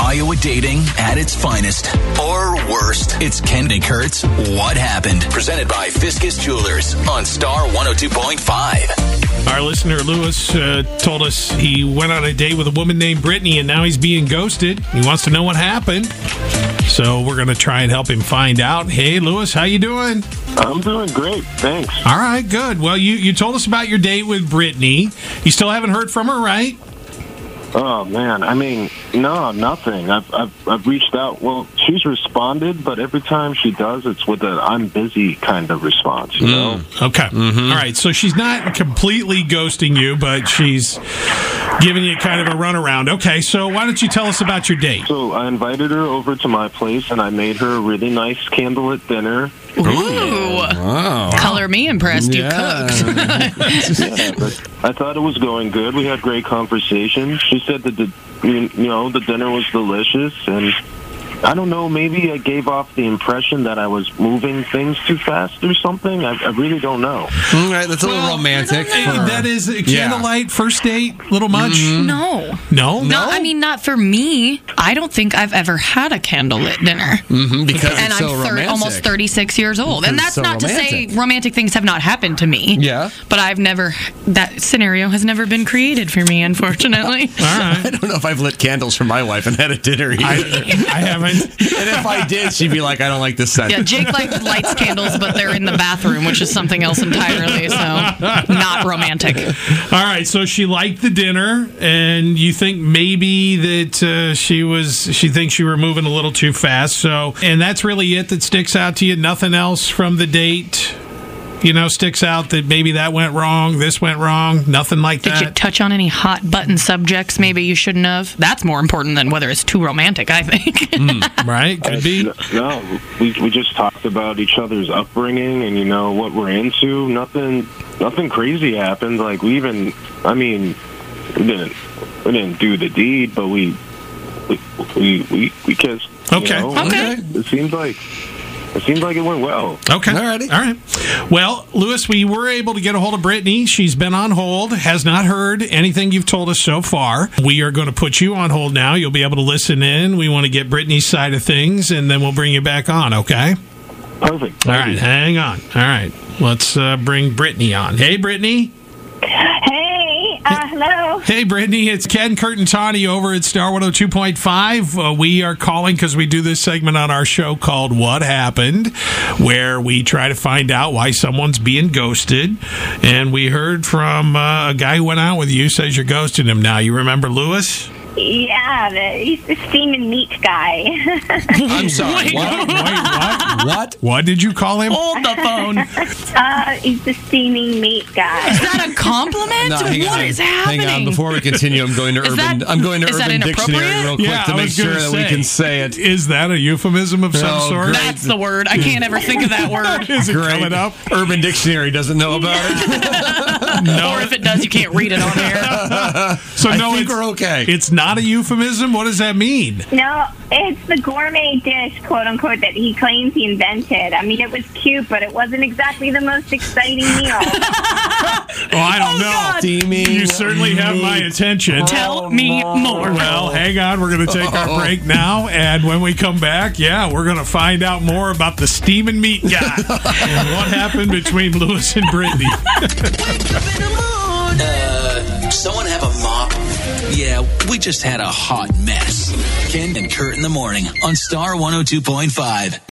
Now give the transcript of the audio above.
Iowa dating at its finest or worst. It's Kenda Kurtz. What happened? Presented by Fiscus Jewelers on Star 102.5. Our listener Lewis uh, told us he went on a date with a woman named Brittany, and now he's being ghosted. He wants to know what happened, so we're going to try and help him find out. Hey, Lewis, how you doing? I'm doing great, thanks. All right, good. Well, you you told us about your date with Brittany. You still haven't heard from her, right? Oh man, I mean, no, nothing. I've I've, I've reached out. Well, she's responded, but every time she does, it's with an "I'm busy" kind of response. You know? Okay. Mm-hmm. All right. So she's not completely ghosting you, but she's giving you kind of a runaround. Okay. So why don't you tell us about your date? So I invited her over to my place, and I made her a really nice candlelit dinner. Ooh. Wow. Color me impressed. You cooked. Yeah, but I thought it was going good. We had great conversation. She said that the you know the dinner was delicious, and I don't know. Maybe I gave off the impression that I was moving things too fast or something. I, I really don't know. All Mm, right, that's a little romantic. Hey, for- that is a Yeah. Mm-hmm. candlelight first date, little much. No. No, No, I mean not for me. I don't think I've ever had a candlelit dinner, Mhm, because and it's so I'm thir- romantic. almost 36 years old. And that's Because it's so not to romantic. say romantic things have not happened to me. Yeah. but I've never that scenario has never been created for me, unfortunately. All I right. don't know if I've lit candles for my wife and had a dinner either. I, I haven't. and if I did, she'd be like, "I don't like this scent." Yeah, Jake likes lights candles, but they're in the bathroom, which is something else entirely. So not romantic. All right, so she liked the dinner, and you think maybe that uh, she was she thinks you were moving a little too fast. So, and that's really it that sticks out to you. Nothing else from the date, you know, sticks out that maybe that went wrong, this went wrong, nothing like Did you that. touch on any hot button subjects? Maybe you shouldn't have. That's more important than whether it's too romantic. I think. right? Could be. No, we we just talked about each other's upbringing and you know what we're into. Nothing, nothing crazy happened. Like we even, I mean, we didn't we didn't do the deed, but we we we we, we kissed. you Okay. know? Okay. It seems like it seems like it went well. Okay. All righty. All right. Well, Lewis, we were able to get a hold of Brittany. She's been on hold, has not heard anything you've told us so far. We are going to put you on hold now. You'll be able to listen in. We want to get Brittany's side of things, and then we'll bring you back on, okay? Perfect. All right. Hang on. All right. Let's uh, bring Brittany on. Hey, Brittany. Hey, uh, hello. Hey, Brittany. It's Ken Curtintani over at Star 102.5. Uh, we are calling because we do this segment on our show called What Happened, where we try to find out why someone's being ghosted. And we heard from uh, a guy who went out with you, says you're ghosting him now. You remember Lewis? Yeah, the, he's the steam and meat guy. I'm sorry. What? Wait, what? what? What did you call him? Hold the phone. Is uh, he's the steaming meat guy. that a compliment? No, What hang is on. happening? Hang on. Before we continue, I'm going to Is Urban. that- I'm going to is that Urban Dictionary inappropriate? real quick Yeah, to I make was sure gonna that we say. can say it. Is that a euphemism of some Oh, sort? great. That's the word. I can't ever think of that word. Is it Great. coming up? Urban Dictionary doesn't know about it. Or if it does, you can't read it on air. So I no, think it's, we're okay. It's not a euphemism. What does that mean? No, it's the gourmet dish, quote unquote, that he claims he invented. I mean, it was cute, but it wasn't exactly the most exciting meal. Oh, I don't know. Steaming You certainly have my attention. Tell me Oh, more. Well, hang on. We're going to take our break now. And when we come back, yeah, we're going to find out more about the steaming meat guy and what happened between Lewis and Brittany. Uh, someone have a mop? Yeah, we oh just had a hot mess. Ken and Kurt in the morning on Star 102.5.